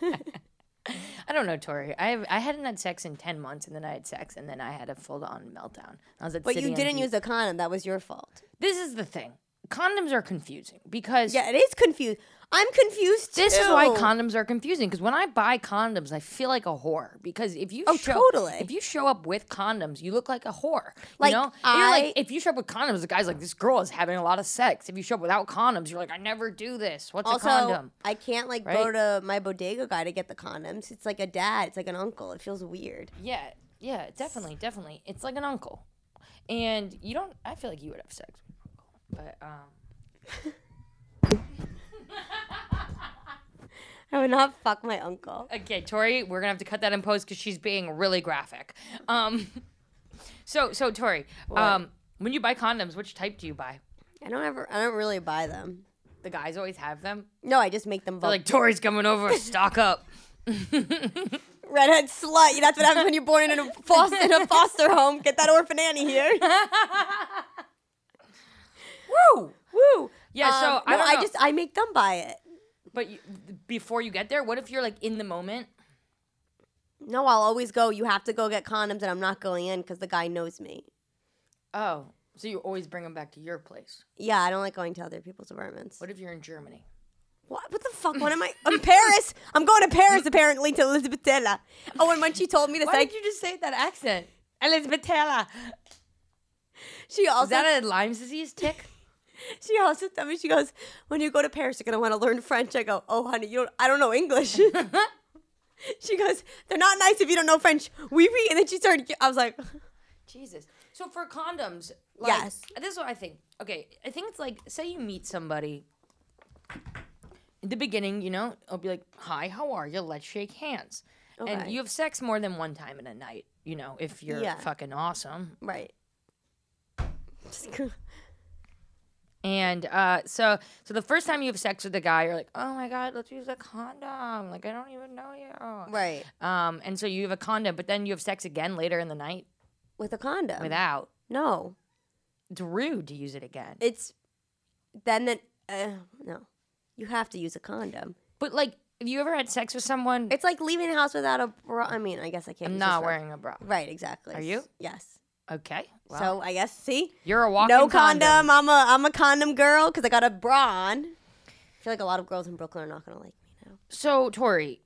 B: I don't know, Tori. I have, I hadn't had sex in ten months, and then I had sex, and then I had a full on meltdown. I was at
C: But you
B: City
C: didn't
B: MD.
C: use a condom. That was your fault.
B: This is the thing. Condoms are confusing because
C: Yeah, it is confused. I'm confused
B: This is why
C: too.
B: condoms are confusing because when I buy condoms, I feel like a whore because if you
C: Oh,
B: show,
C: totally.
B: if you show up with condoms, you look like a whore.
C: Like,
B: you know, And you're
C: I-
B: like if you show up with condoms, the guy's like, "This girl is having a lot of sex." If you show up without condoms, you're like, "I never do this. What's
C: Also,
B: a condom?"
C: I can't like go
B: right?
C: to my bodega guy to get the condoms. It's like a dad. It's like an uncle. It feels weird.
B: Yeah, yeah, definitely, definitely. It's like an uncle, and you don't. I feel like you would have sex, with your uncle, but um,
C: I would not fuck my uncle.
B: Okay, Tori, we're gonna have to cut that in post because she's being really graphic. Um, so so Tori, um, when you buy condoms, which type do you buy?
C: I don't ever. I don't really buy them.
B: The guys always have them.
C: No, I just make them.
B: They're
C: Bulk.
B: like Tori's coming over, stock up.
C: redhead slut. That's what happens when you're born in a foster, in a foster home. Get that orphan Annie here.
B: Woo!
C: Woo.
B: Yeah, so
C: Um,
B: I
C: no,
B: don't know.
C: I just I make them buy it.
B: but you, before you get there, what if you're like in the moment?
C: No, I'll always go. You have to go get condoms, and I'm not going in because the guy knows me.
B: Oh, so you always bring them back to your place.
C: Yeah, I don't like going to other people's apartments.
B: What if you're in Germany?
C: What, what the fuck? When am I? I'm Paris. I'm going to Paris apparently to Elizabeth Taylor. Oh, and when she told me to
B: Why
C: thank
B: did you just say that accent, Elizabeth Taylor?
C: she also
B: Is that a Lyme disease tick?
C: she also told me she goes when you go to Paris you're gonna want to learn French. I go, oh honey, you don't. I don't know English. she goes, they're not nice if you don't know French. We oui, and then she started. I was like,
B: Jesus. So for condoms, like,
C: Yes.
B: This is what I think. Okay, I think it's like say you meet somebody. In the beginning, you know, I'll be like, "Hi, how are you? Let's shake hands." And
C: Okay.
B: you have sex more than one time in a night, you know, if you're
C: Yeah.
B: fucking awesome.
C: right. Just go-
B: And uh, so, so the first time you have sex with a guy, you're like, "Oh my god, let's use a condom." Like I don't even know you.
C: Right
B: Um, and so you have a condom, but then you have sex again later in the night
C: with a condom.
B: without.
C: no,
B: It's rude to use it again.
C: it's then that uh, no, you have to use a condom.
B: But like, have you ever had sex with someone?
C: It's like leaving the house without a bra. I mean, I guess I can't.
B: I'm
C: use
B: not
C: this word.
B: wearing a bra.
C: Right, exactly.
B: Are you?
C: Yes.
B: Okay. Well,
C: So I guess see,
B: you're a walking
C: no condom. I'm a I'm a condom girl because I got a bra on. I feel like a lot of girls in Brooklyn are not gonna like me now.
B: So Tori,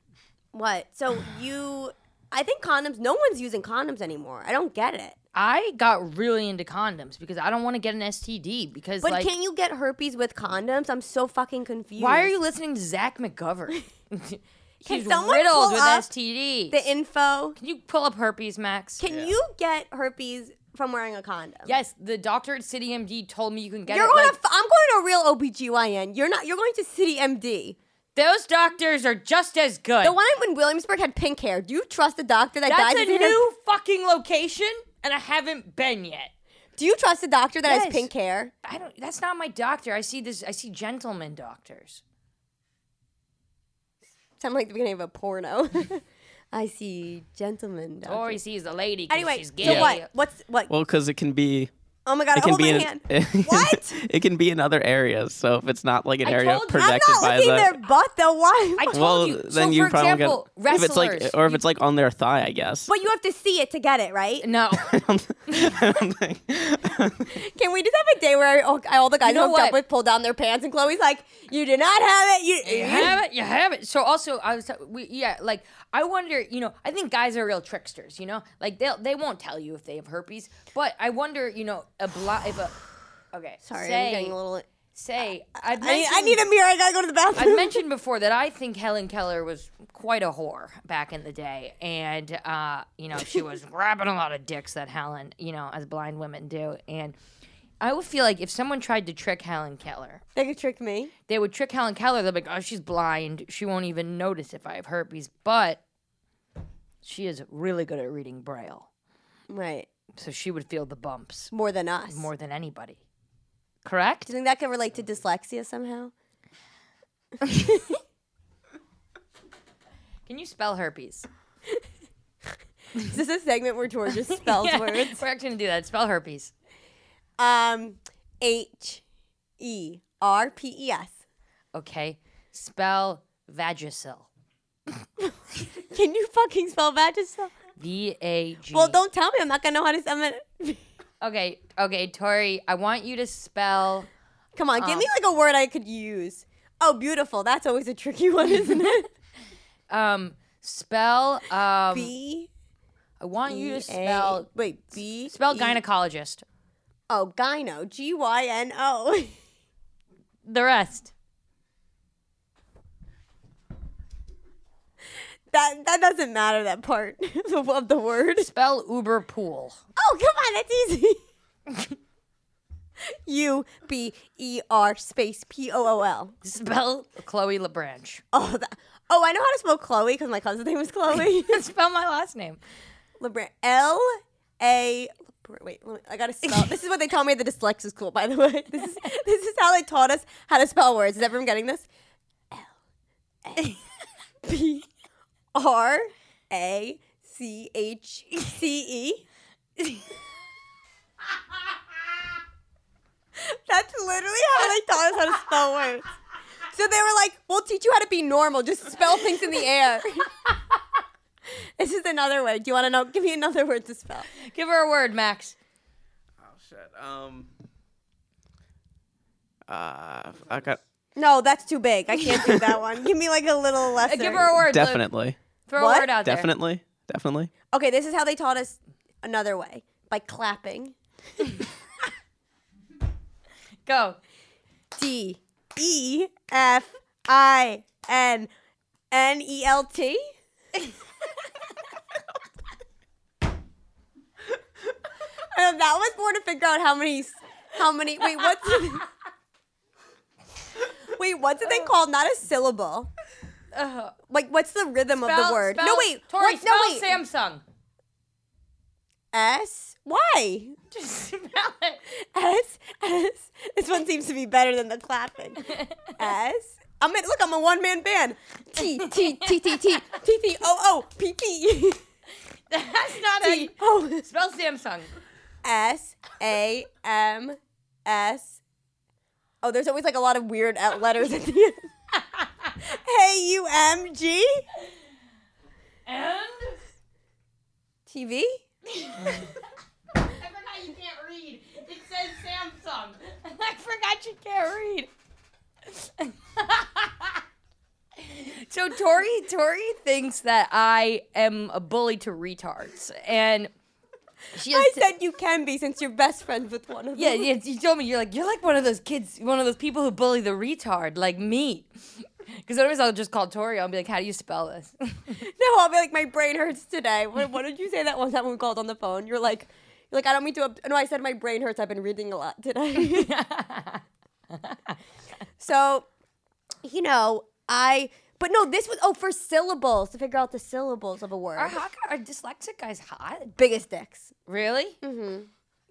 C: What? So you? I think condoms. No one's using condoms anymore. I don't get it.
B: I got really into condoms because I don't want to get an STD. Because
C: But
B: like,
C: can't you get herpes with condoms? I'm so fucking confused.
B: why are you listening to Zach McGovern? He's
C: someone
B: riddled
C: pull
B: with
C: up
B: STDs.
C: the info?
B: Can you pull up herpes, Max?
C: Can you get herpes from wearing a condom?
B: yes, the doctor at City MD told me you can get
C: You're
B: it.
C: going
B: like,
C: to. F- I'm going to a real OBGYN. You're not. You're going to City MD.
B: those doctors are just as good.
C: The one in Williamsburg had pink hair. Do you trust the doctor that
B: That's
C: dyes
B: a
C: his hair-
B: new fucking location, and I haven't been yet.
C: Do you trust a doctor that
B: Yes.
C: has pink hair?
B: I don't. That's not my doctor. I see this. I see gentlemen doctors.
C: Sound like the beginning of a porno. I see, gentlemen. doctor.
B: Tori sees a lady. 'cause
C: Anyway,
B: she's
C: so
B: gay.
C: what? What's what?
D: Well, because it can be.
C: oh my god!
D: It can
C: Hold
D: be
C: my
D: in,
C: hand. What?
D: It can be in other areas. So if it's not like an
B: I
D: area
B: told you- I'm
C: I'm
D: protected
C: not
D: by
C: looking
D: the.
C: their butt though. Why?
B: I told
D: well,
B: you.
D: then
B: so
D: you
B: for
D: probably
B: example,
D: get if it's like
B: wrestlers,
D: or if
B: you-
D: it's like on their thigh, I guess.
C: but you have to see it to get it, right?
B: no.
D: I don't think-
C: Can we just have a day where all, all the guys
B: know
C: hooked up
B: what?
C: with pull down their pants and Chloe's like, "You do not have it. You,
B: You have it. You have it. So also, I was, we, yeah, like I wonder, you know, I think guys are real tricksters, you know, like they will they won't tell you if they have herpes, but I wonder, you know, a blo- if a, okay,
C: Sorry, I'm
B: say,
C: getting a little.
B: say, I've
C: I need,
B: mentioned,
C: I need a mirror. I gotta go to the bathroom.
B: I've mentioned before that I think Helen Keller was quite a whore back in the day, and uh, you know she was grabbing a lot of dicks that Helen, you know, as blind women do, and I would feel like if someone tried to trick Helen Keller,
C: they could trick me.
B: they would trick Helen Keller. They're like, oh, she's blind, she won't even notice if I have herpes, but she is really good at reading braille,
C: Right.
B: so she would feel the bumps
C: More than us.
B: more than anybody. Correct?
C: Do you think that could relate to dyslexia somehow?
B: Can you spell herpes?
C: Is this a segment where George just spells words?
B: We're actually gonna do that. Spell herpes.
C: Um, H Um, E R P E S.
B: Okay. Spell Vagisil.
C: Can you fucking spell Vagisil?
B: V A G.
C: Well, don't tell me. I'm not gonna know how to spell it.
B: Okay, okay, Tori, I want you to spell.
C: Come on, give me like a word I could use. Oh, beautiful. That's always a tricky one, isn't it?
B: Um, spell. Um,
C: B.
B: I want you
C: E, A-
B: to spell.
C: Wait, B.
B: Spell
C: E-
B: gynecologist.
C: Oh, gyno. G Y N O.
B: The rest.
C: That that doesn't matter. That part of the word.
B: Spell Uber pool.
C: Oh, come on, that's easy. U B E R space P O O L.
B: Spell Chloe LeBranche.
C: Oh, that. Oh, I know how to spell Chloe because my cousin's name was Chloe.
B: spell my last name.
C: Lebran. L A. Lebr- Wait, let me, I gotta spell. this is what they taught me at the dyslexia school, by the way. This is this is how they taught us how to spell words. Is everyone getting this? L A B R A C H C E. That's literally how they taught us how to spell words. So they were like, "We'll teach you how to be normal. Just spell things in the air." This is another word. Do you want to know? Give me another word to spell.
B: Give her a word, Max.
D: Oh shit. Um. Uh, I got
C: No, that's too big. I can't do that one. Give me like a little lesser.
B: Give her a word. Luke.
D: definitely,
B: Throw
C: What?
B: a word out there.
D: definitely, definitely.
C: Okay, this is how they taught us another way by clapping.
B: Go.
C: D E F I N N E L T. I know that was more to figure out how many, how many. Wait, what's? wait, what's
B: Uh,
C: the thing called? Not a syllable. Like, what's the rhythm of
B: Spell-
C: the word? no,
B: spell-
C: wait.
B: Tori,
C: what,
B: spell
C: no, wait.
B: Samsung.
C: S. Why?
B: Just spell it.
C: S S. This one seems to be better than the clapping. S. I'm in, look. I'm a one man band. T T T T T T T O O P P
B: That's not
C: T
B: it.
C: O
B: Spell Samsung.
C: S A M S. Oh, there's always like a lot of weird uh, letters at the end. Hey, U M G
B: And
C: T V.
B: I forgot you can't read. It says Samsung. I forgot you can't read. so Tori Tori thinks that I am a bully to retards and she has
C: I said you can be since you're best friends with one of them.
B: yeah, yeah, you told me you're like you're like one of those kids, one of those people who bully the retard, like me. Because otherwise, I'll just call Tori. I'll be like, "How do you spell this?"
C: No, I'll be like, my brain hurts today. What, what did you say that one time when we called on the phone? You're like, you're like, I don't mean to. Ob- no, I said my brain hurts. I've been reading a lot today. so, you know, I. But no, this was oh for syllables to figure out the syllables of a word.
B: are, hot, are dyslexic guys hot?
C: Biggest dicks.
B: Really? Mm-hmm.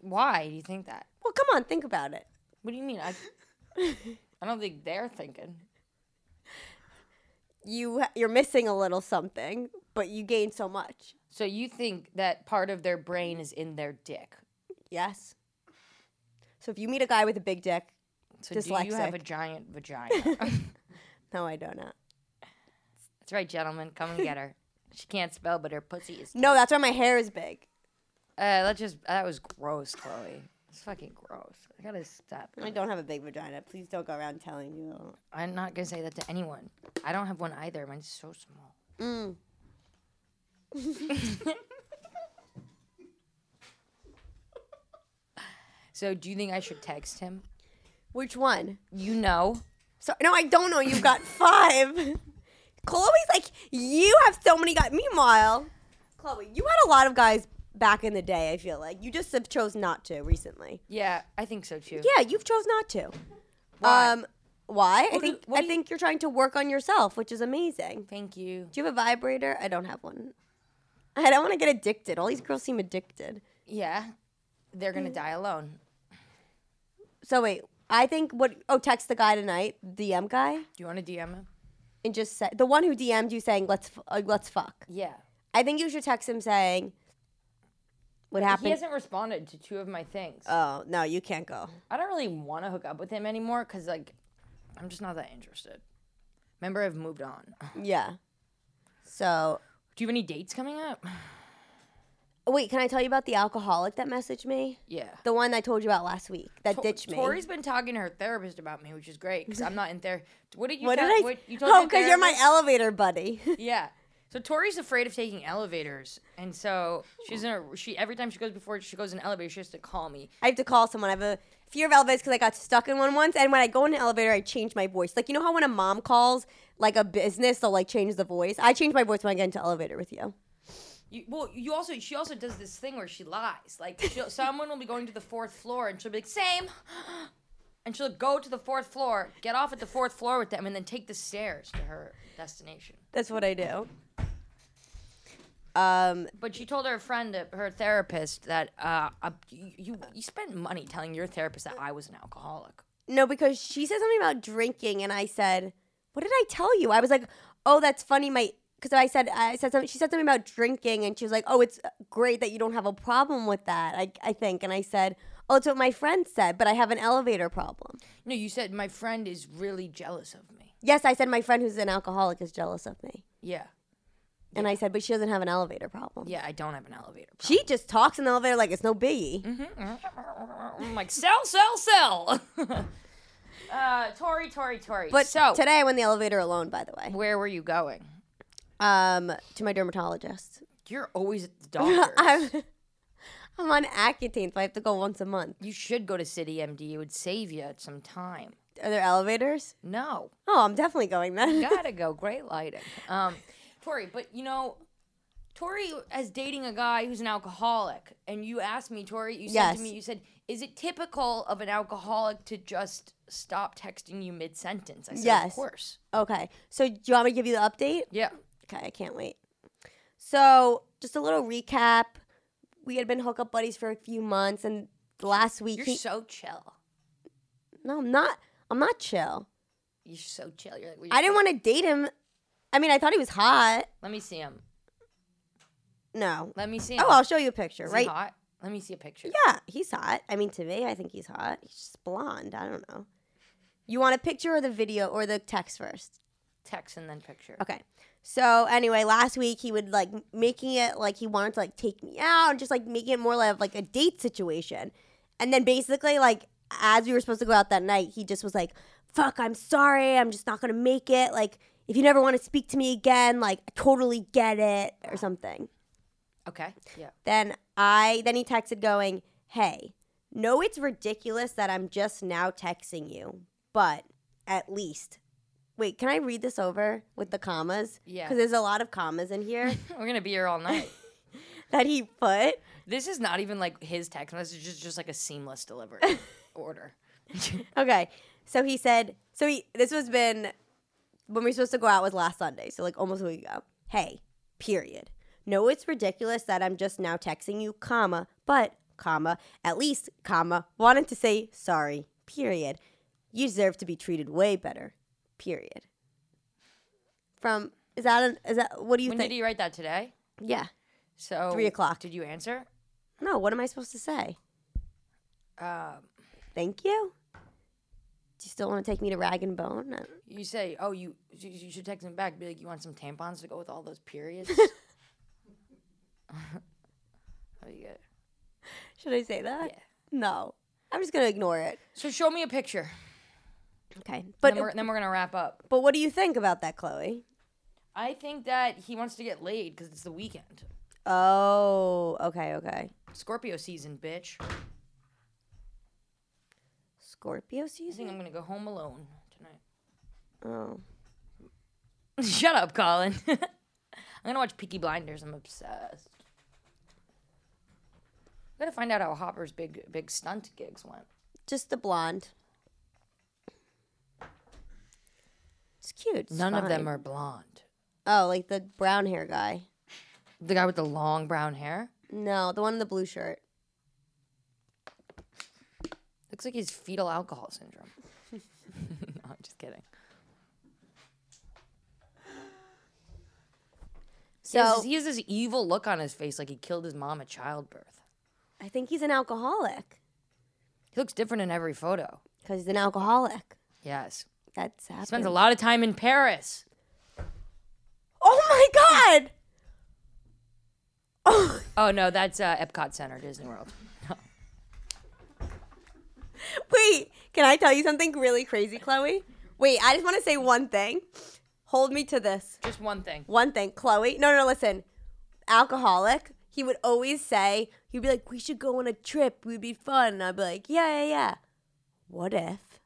B: Why do you think that?
C: Well, come on, think about it.
B: What do you mean? I, I don't think they're thinking.
C: You you're missing a little something, but you gain so much.
B: So you think that part of their brain is in their dick?
C: Yes. So if you meet a guy with a big dick,
B: So do you have a
C: Dyslexic.
B: giant vagina?
C: no, I don't know.
B: That's right, gentlemen. Come and get her. She can't spell, but her pussy is.
C: No, that's why my hair is big.
B: Uh, that just that was gross, Chloe. It's fucking gross. I gotta stop.
C: I don't have a big vagina. Please don't go around telling you.
B: I'm not gonna say that to anyone. I don't have one either. Mine's so small. Mm. so do you think I should text him?
C: Which one?
B: You know.
C: So no, I don't know. You've got five. Chloe's like, you have so many guys. Meanwhile, Chloe, you had a lot of guys back in the day. I feel like you just have chose not to recently.
B: Yeah, I think so too.
C: Yeah, you've chose not to.
B: Why?
C: Um, why? I
B: do-
C: think
B: what
C: I
B: do you-
C: think you're trying to work on yourself, which is amazing.
B: Thank you.
C: Do you have a vibrator? I don't have one. I don't want to get addicted. All these girls seem addicted.
B: Yeah. They're gonna die alone.
C: So wait, I think what? Oh, text the guy tonight, DM guy.
B: Do you want to DM him?
C: and just say the one who DM'd you saying let's f- uh, let's fuck.
B: Yeah.
C: I think you should text him saying, What
B: He
C: happened?
B: hasn't responded to two of my things.
C: oh no, you can't go.
B: I don't really want to hook up with him anymore because, like, I'm just not that interested. Remember, I've moved on.
C: Yeah. So
B: Do you have any dates coming up?
C: oh, wait, can I tell you about the alcoholic that messaged me?
B: Yeah.
C: The one I told you about last week that ditched me.
B: Tori's been talking to her therapist about me, which is great because I'm not in there. What did you?
C: what did
B: tell,
C: I?
B: What, you told
C: oh,
B: your
C: because you're my
B: therapist?
C: elevator buddy.
B: Yeah. So Tori's afraid of taking elevators, and so she's in a she every time she goes before she goes in an elevator, she has to call me.
C: I have to call someone. I have a fear of elevators because I got stuck in one once. And when I go in an elevator, I change my voice. Like you know how when a mom calls like a business, they'll like change the voice. I change my voice when I get into elevator with you.
B: You, well, you also she also does this thing where she lies. Like she'll, someone will be going to the fourth floor, and she'll be like, "Same," and she'll go to the fourth floor, get off at the fourth floor with them, and then take the stairs to her destination.
C: That's what I do. Um,
B: But she told her friend, uh, her therapist, that uh, uh, you, you you spent money telling your therapist that I was an alcoholic.
C: no, because she said something about drinking, and I said, "What did I tell you?" I was like, "Oh, that's funny." My because I said I said something. She said something about drinking, and she was like, "Oh, it's great that you don't have a problem with that." I I think, and I said, "Oh, it's what my friend said," but I have an elevator problem.
B: No, you said my friend is really jealous of me.
C: Yes, I said my friend who's an alcoholic is jealous of me.
B: Yeah,
C: And I said, but she doesn't have an elevator problem.
B: yeah, I don't have an elevator. Problem.
C: She just talks in the elevator like it's no biggie.
B: Mm-hmm. I'm like sell, sell, sell. uh, Tori, Tori, Tori.
C: But
B: so
C: today I went in the elevator alone, by the way,
B: where were you going?
C: um, to my dermatologist.
B: You're always at the doctor's.
C: I'm, I'm on Accutane, so I have to go once a month.
B: you should go to City MD. It would save you at some time.
C: Are there elevators?
B: No,
C: Oh, I'm definitely going then.
B: gotta go. Great lighting. Um, Tori, but you know, Tori is dating a guy who's an alcoholic, and you asked me, Tori. You said
C: Yes.
B: to me, you said, "Is it typical of an alcoholic to just stop texting you mid sentence?" I said,
C: Yes.
B: "Of course."
C: okay. So do you want me to give you the update?
B: Yeah.
C: Okay, I can't wait. So just a little recap. We had been hookup buddies for a few months, and last week.
B: You're
C: he-
B: so chill.
C: no, I'm not. I'm not chill.
B: You're so chill. You're like,
C: I didn't want to date him. I mean, I thought he was hot.
B: Let me see him.
C: No.
B: Let me see him.
C: Oh, I'll show you a picture,
B: Is he
C: right?
B: hot? Let me see a picture.
C: Yeah, he's hot. I mean, to me, I think he's hot. He's just blonde. I don't know. You want a picture or the video or the text first?
B: Text and then picture.
C: Okay. So anyway, last week he would like making it like he wanted to like take me out and just like making it more like like a date situation. And then basically like as we were supposed to go out that night, he just was like, "Fuck, I'm sorry. I'm just not going to make it. Like if you never want to speak to me again, like I totally get it or something."
B: Okay. Yeah.
C: Then I then he texted going, "Hey, no it's ridiculous that I'm just now texting you, but at least Wait, can I read this over with the commas?
B: Yeah.
C: Cuz there's a lot of commas in here
B: We're gonna be here all night.
C: that he put.
B: This is not even like his text message. It's just like a seamless delivery order.
C: Okay. So he said, so he this was been when we were supposed to go out was last Sunday, so like almost a week ago. Hey, period. No, it's ridiculous that I'm just now texting you, comma, but comma, at least, comma, wanted to say sorry, period. You deserve to be treated way better. Period. From is that an, is that what do you
B: When
C: think?
B: did he write that today?
C: yeah.
B: So
C: Three o'clock.
B: Did you answer?
C: No, what am I supposed to say?
B: Um,
C: Thank you. Do you still want to take me to Rag and Bone? I-
B: you say, oh, you you you should text him back. Be like, you want some tampons to go with all those periods? oh, yeah.
C: Should I say that?
B: Yeah.
C: No. I'm just gonna ignore it.
B: So show me a picture.
C: Okay.
B: But
C: But
B: then we're, then we're gonna wrap up.
C: but what do you think about that, Chloe?
B: I think that he wants to get laid because it's the weekend.
C: Oh, okay, okay.
B: Scorpio season, bitch. I
C: Scorpio
B: think
C: season?
B: I'm gonna go home alone tonight.
C: Oh.
B: Shut up, Colin. I'm gonna watch Peaky Blinders. I'm obsessed. I gotta find out how Hopper's big big stunt gigs went.
C: Just the blonde. It's cute. it's
B: None of them
C: fine.
B: are blonde.
C: Oh, like the brown hair guy.
B: The guy with the long brown hair
C: No, the one in the blue shirt.
B: looks like he's fetal alcohol syndrome. no, I'm just kidding. He has
C: So
B: this- he has this evil look on his face, like he killed his mom at childbirth.
C: I think he's an alcoholic
B: He looks different in every photo.
C: because he's an alcoholic.
B: Yes.
C: That's happened.
B: Spends a lot of time in Paris.
C: Oh my god! Oh,
B: Oh no, that's uh, Epcot Center, Disney World.
C: wait, can I tell you something really crazy, Chloe? Wait, I just want to say one thing. Hold me to this.
B: Just one thing.
C: One thing, Chloe. No, no, listen. Alcoholic. He would always say he'd be like, "We should go on a trip. We'd be fun." And I'd be like, "Yeah, yeah, yeah." What if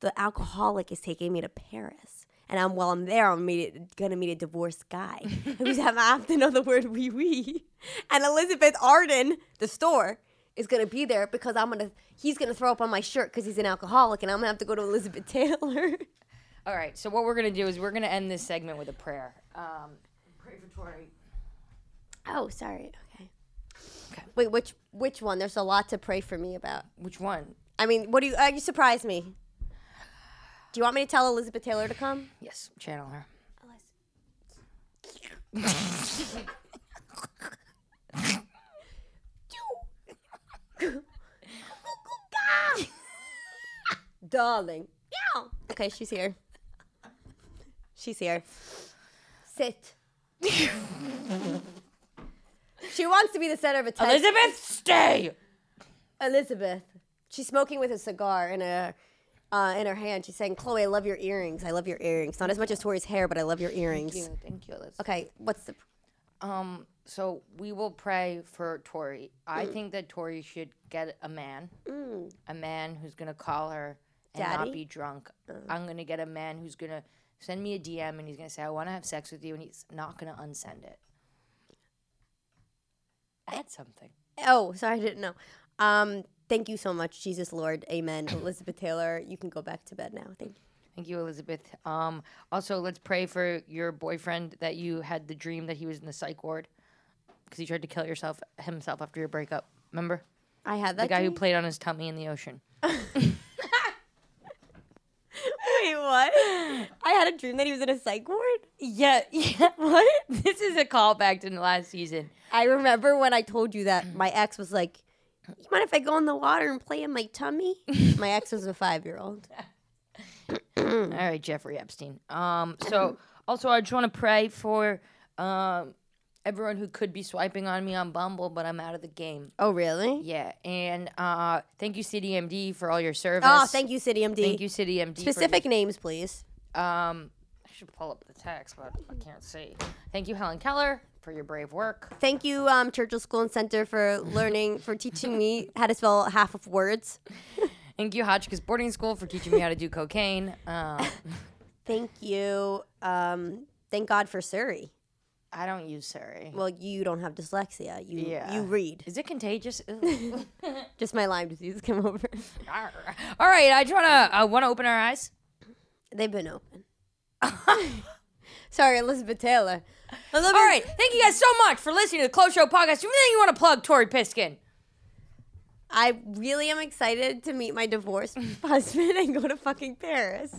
C: the alcoholic is taking me to Paris, and I'm while I'm there, I'm meet, gonna meet a divorced guy who's I have to know the word wee wee, and Elizabeth Arden, the store. Is gonna be there because I'm gonna. He's gonna throw up on my shirt because he's an alcoholic, and I'm gonna have to go to Elizabeth Taylor.
B: All right. So what we're gonna do is we're gonna end this segment with a prayer. Um, pray for Tori.
C: Oh, sorry. Okay.
B: Okay.
C: Wait, which which one? There's a lot to pray for me about.
B: Which one?
C: I mean, what do you? Uh, you surprise me. Do you want me to tell Elizabeth Taylor to come?
B: Yes, channel her.
C: Darling. Yeah. Okay, she's here. She's here. Sit. she wants to be the center of attention.
B: Elizabeth, stay.
C: Elizabeth. She's smoking with a cigar in a uh, in her hand. She's saying, "Chloe, I love your earrings. I love your earrings. Not as much as Tori's hair, but I love your earrings."
B: Thank you, thank you, Elizabeth.
C: Okay, what's the?
B: Um, so we will pray for Tori. I think that Tori should get a man, a man who's gonna call her and
C: Daddy?
B: not be drunk. I'm gonna get a man who's gonna send me a DM and he's gonna say I want to have sex with you, and he's not gonna unsend it. Add something.
C: Oh, sorry, I didn't know. Um, thank you so much, Jesus Lord, Amen. Elizabeth Taylor, you can go back to bed now. Thank you.
B: Thank you, Elizabeth. Um, also, let's pray for your boyfriend that you had the dream that he was in the psych ward because he tried to kill yourself himself after your breakup. Remember
C: I had
B: the
C: that.
B: guy who
C: dream.
B: played on his tummy in the ocean?
C: Wait, what? I had a dream that he was in a psych ward.
B: Yeah, yeah. What? This is a callback to the last season.
C: I remember when I told you that my ex was like, "You mind if I go in the water and play in my tummy?" my ex was a five-year-old.
B: All right, Jeffrey Epstein. Um, so also, I just want to pray for um everyone who could be swiping on me on Bumble, but I'm out of the game.
C: Oh, really?
B: Yeah, and uh, thank you, CDMD, for all your service.
C: Oh, thank you, City MD.
B: Thank you, CityMD. for your-
C: Specific names, please.
B: Um, I should pull up the text, but I can't see. Thank you, Helen Keller, for your brave work.
C: Thank you, um, Churchill School and Center, for learning, for teaching me how to spell half of words.
B: Thank you, Hotchkiss Boarding School, for teaching me how to do cocaine. Um,
C: Thank you. Um, thank God for Surrey.
B: I don't use Surrey.
C: Well, you don't have dyslexia. You
B: Yeah.
C: you read.
B: Is it contagious? Ugh.
C: Just my Lyme disease come over.
B: Arr. All right, I just wanna uh, wanna open our eyes.
C: They've been open. Sorry, Elizabeth Taylor. Elizabeth,
B: All right, thank you guys so much for listening to the Close Show podcast. You Anything you want to plug, Tori Piskin?
C: I really am excited to meet my divorced husband and go to fucking Paris.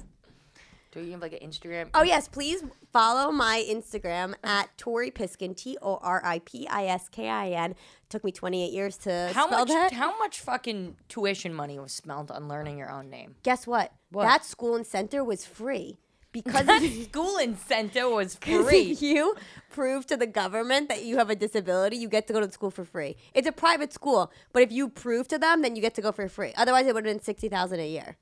B: Do you have like an Instagram?
C: Oh yes, please follow my Instagram at Tori Piskin T O R I P I S K I N. Took me 28 years to
B: how
C: spell
B: much?
C: that.
B: How much fucking tuition money was spent on learning your own name?
C: Guess what?
B: What?
C: That school and center was free because
B: That school incentive was free.
C: if you prove to the government that you have a disability, you get to go to school for free. It's a private school, but if you prove to them, then you get to go for free. Otherwise, it would have been 60000 a year.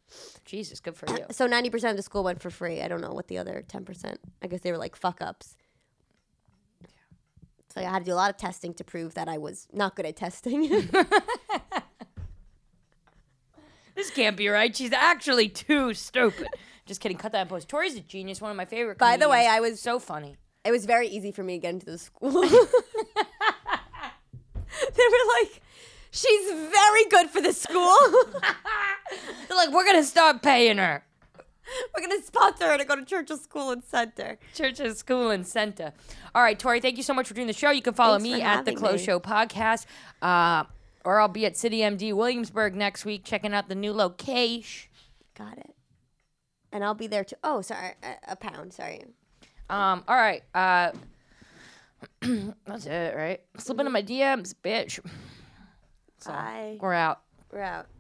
B: Jesus, good for you.
C: So 90% of the school went for free. I don't know what the other 10%. I guess they were like fuck ups. So I had to do a lot of testing to prove that I was not good at testing.
B: This can't be right. She's actually too stupid. Just kidding. Cut that in post. Tori's a genius. One of my favorite.
C: By the way,
B: comedians.
C: I was-
B: so funny.
C: it was very easy for me to get into the school. they were like, she's very good for the school.
B: They're like, we're gonna stop paying her.
C: we're going to sponsor her to go to Churchill School and Center.
B: Church's School and Center. All right, Tori, thank you so much for doing the show. You can follow
C: Thanks
B: me
C: for
B: at the
C: having
B: Close
C: me.
B: Show Podcast, uh, or I'll be at City MD Williamsburg next week, checking out the new location.
C: Got it. And I'll be there too. Oh, sorry. A, a pound. Sorry.
B: Um, all right, uh, that's it, right? Slip into my DMs, bitch. So
C: Bye.
B: we're out.
C: We're out.